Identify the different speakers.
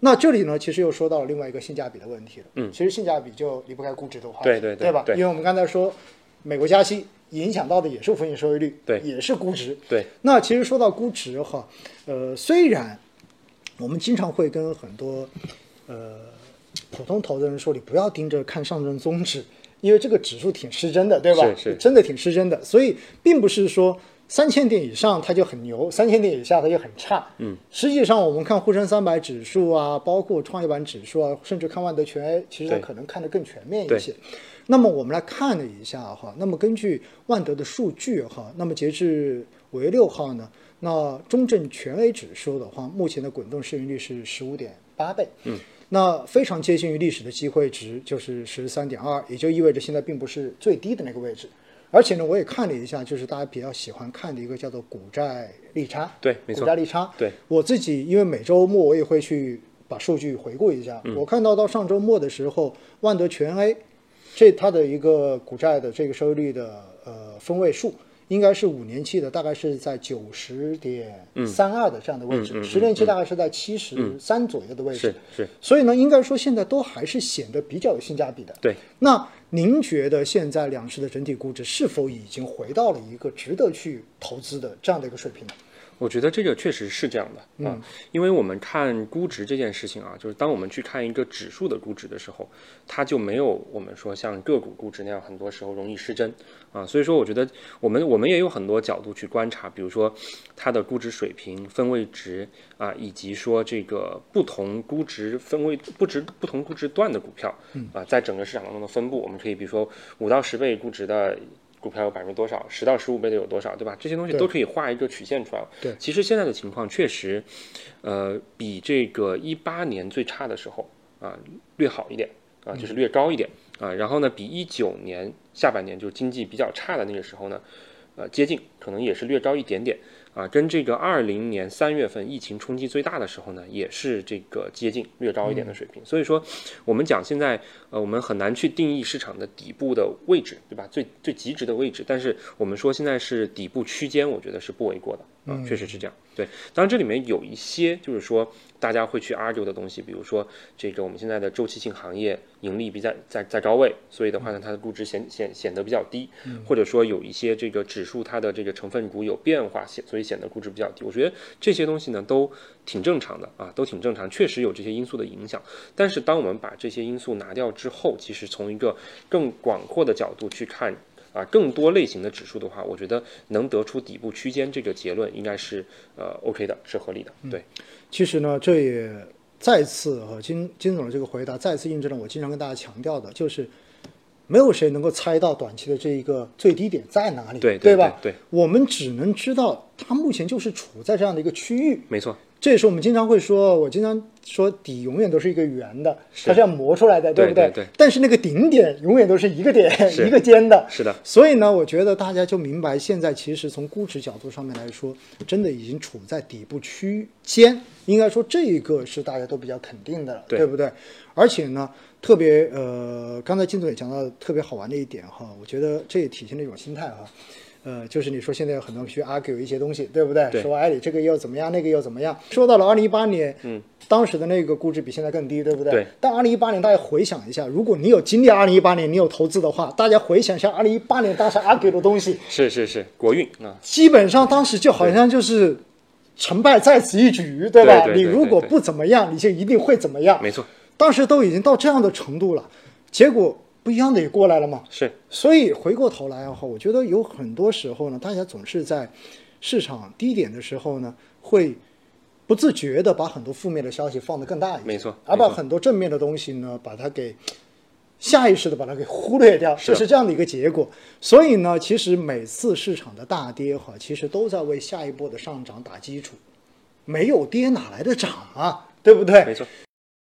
Speaker 1: 那这里呢，其实又说到了另外一个性价比的问题了。
Speaker 2: 嗯
Speaker 1: 其实性价比就离不开估值的话题，
Speaker 2: 对对对
Speaker 1: 吧？
Speaker 2: 对
Speaker 1: 因为我们刚才说，美国加息影响到的也是风险收益率，
Speaker 2: 对
Speaker 1: 也是估值。
Speaker 2: 对，
Speaker 1: 那其实说到估值哈，呃，虽然我们经常会跟很多呃普通投资人说，你不要盯着看上证综指，因为这个指数挺失真的，对吧？
Speaker 2: 是是
Speaker 1: 真的挺失真的。所以并不是说三千点以上它就很牛，三千点以下它就很差。嗯，实际上我们看沪深三百指数啊，包括创业板指数啊，甚至看万德全 A，其实它
Speaker 2: 对
Speaker 1: 可能看得更全面一
Speaker 2: 对
Speaker 1: 些。那么我们来看了一下哈，那么根据万德的数据哈，那么截至五月六号呢，那中证全 A 指数的话，目前的滚动市盈率是十五点八倍，嗯，那非常接近于历史的机会值，就是十三点二，也就意味着现在并不是最低的那个位置。而且呢，我也看了一下，就是大家比较喜欢看的一个叫做股债利差，
Speaker 2: 对没错
Speaker 1: 股债利差，
Speaker 2: 对，
Speaker 1: 我自己因为每周末我也会去把数据回顾一下，
Speaker 2: 嗯
Speaker 1: 我看到到上周末的时候，万德全 A 这它的一个股债的这个收益率的呃分位数，应该是五年期的，大概是在九十点
Speaker 2: 嗯
Speaker 1: 三二的这样的位置，十、年期大概是在七十三左右的位置。
Speaker 2: 是是，
Speaker 1: 所以呢，应该说现在都还是显得比较有性价比的。
Speaker 2: 对，
Speaker 1: 那您觉得现在两市的整体估值是否已经回到了一个值得去投资的这样的一个水平呢？
Speaker 2: 我觉得这个确实是这样的啊，因为我们看估值这件事情啊，就是当我们去看一个指数的估值的时候，它就没有我们说像个股估值那样，很多时候容易失真啊。所以说，我觉得我们我们也有很多角度去观察，比如说它的估值水平、分位值啊，以及说这个不同估值分位、不值不同估值段的股票啊，在整个市场当中的分布，我们可以比如说五到十倍估值的。股票有百分之多少，十到十五倍的有多少，对吧？这些东西
Speaker 1: 对
Speaker 2: 都可以画一个曲线出来。
Speaker 1: 对
Speaker 2: 其实现在的情况确实，呃，比这个一八年最差的时候啊、略好一点啊、就是略高一点啊、然后呢，比一九年下半年就是经济比较差的那个时候呢，呃，接近，可能也是略高一点点啊、跟这个二零年三月份疫情冲击最大的时候呢，也是这个接近略高一点的水平。所以说，我们讲现在呃，我们很难去定义市场的底部的位置，对吧？最最极值的位置，但是我们说现在是底部区间，我觉得是不为过的啊、确实是这样。对，当然这里面有一些就是说大家会去 argue 的东西，比如说这个我们现在的周期性行业盈利比在在在高位，所以的话呢，它的估值显显显得比较低，或者说有一些这个指数它的这个成分股有变化，显所以显得估值比较低。我觉得这些东西呢都挺正常的啊，都挺正常，确实有这些因素的影响。但是当我们把这些因素拿掉之后，其实从一个更广阔的角度去看。啊，更多类型的指数的话，我觉得能得出底部区间这个结论，应该是呃 OK 的，是合理的。对，
Speaker 1: 其实呢，这也再次和金金总的这个回答再次印证了我经常跟大家强调的，就是没有谁能够猜到短期的这一个最低点在哪里，
Speaker 2: 对对
Speaker 1: 吧？
Speaker 2: 对对
Speaker 1: 我们只能知道它目前就是处在这样的一个区域。
Speaker 2: 没错，
Speaker 1: 这也是我们经常会说，我经常说底永远都是一个圆的，它是要磨出来的，
Speaker 2: 对
Speaker 1: 不对？
Speaker 2: 对对
Speaker 1: 但是那个顶点永远都是一个点
Speaker 2: 是
Speaker 1: 一个尖的，
Speaker 2: 是的
Speaker 1: 所以呢，我觉得大家就明白，现在其实从估值角度上面来说，真的已经处在底部区间，应该说这一个是大家都比较肯定的了，
Speaker 2: 对
Speaker 1: 不对？而且呢，特别呃，刚才金总也讲到特别好玩的一点哈，我觉得这也体现了一种心态哈。呃，就是你说现在有很多人去 argue 一些东西，对不对？
Speaker 2: 对
Speaker 1: 说哎，你这个又怎么样，那个又怎么样？说到了二零一八年，嗯，当时的那个估值比现在更低，对不对？
Speaker 2: 对
Speaker 1: 但二零一八年，大家回想一下，如果你有经历二零一八年，你有投资的话，大家回想一下二零一八年当时 argue 的东西，
Speaker 2: 是是是，国运啊，
Speaker 1: 基本上当时就好像就是成败在此一举，对吧？
Speaker 2: 对对对
Speaker 1: 你如果不怎么样，你就一定会怎么样。
Speaker 2: 没错，
Speaker 1: 当时都已经到这样的程度了，结果不一样的也过来了嘛。
Speaker 2: 是
Speaker 1: 所以回过头来啊哈，我觉得有很多时候呢，大家总是在市场低点的时候呢，会不自觉的把很多负面的消息放得更大一些，
Speaker 2: 没错
Speaker 1: 而
Speaker 2: 没
Speaker 1: 把
Speaker 2: 错
Speaker 1: 很多正面的东西呢，把它给下意识的把它给忽略掉，这
Speaker 2: 的
Speaker 1: 是这样的一个结果。所以呢，其实每次市场的大跌哈，其实都在为下一波的上涨打基础，没有跌哪来的涨啊？对不对？
Speaker 2: 没错。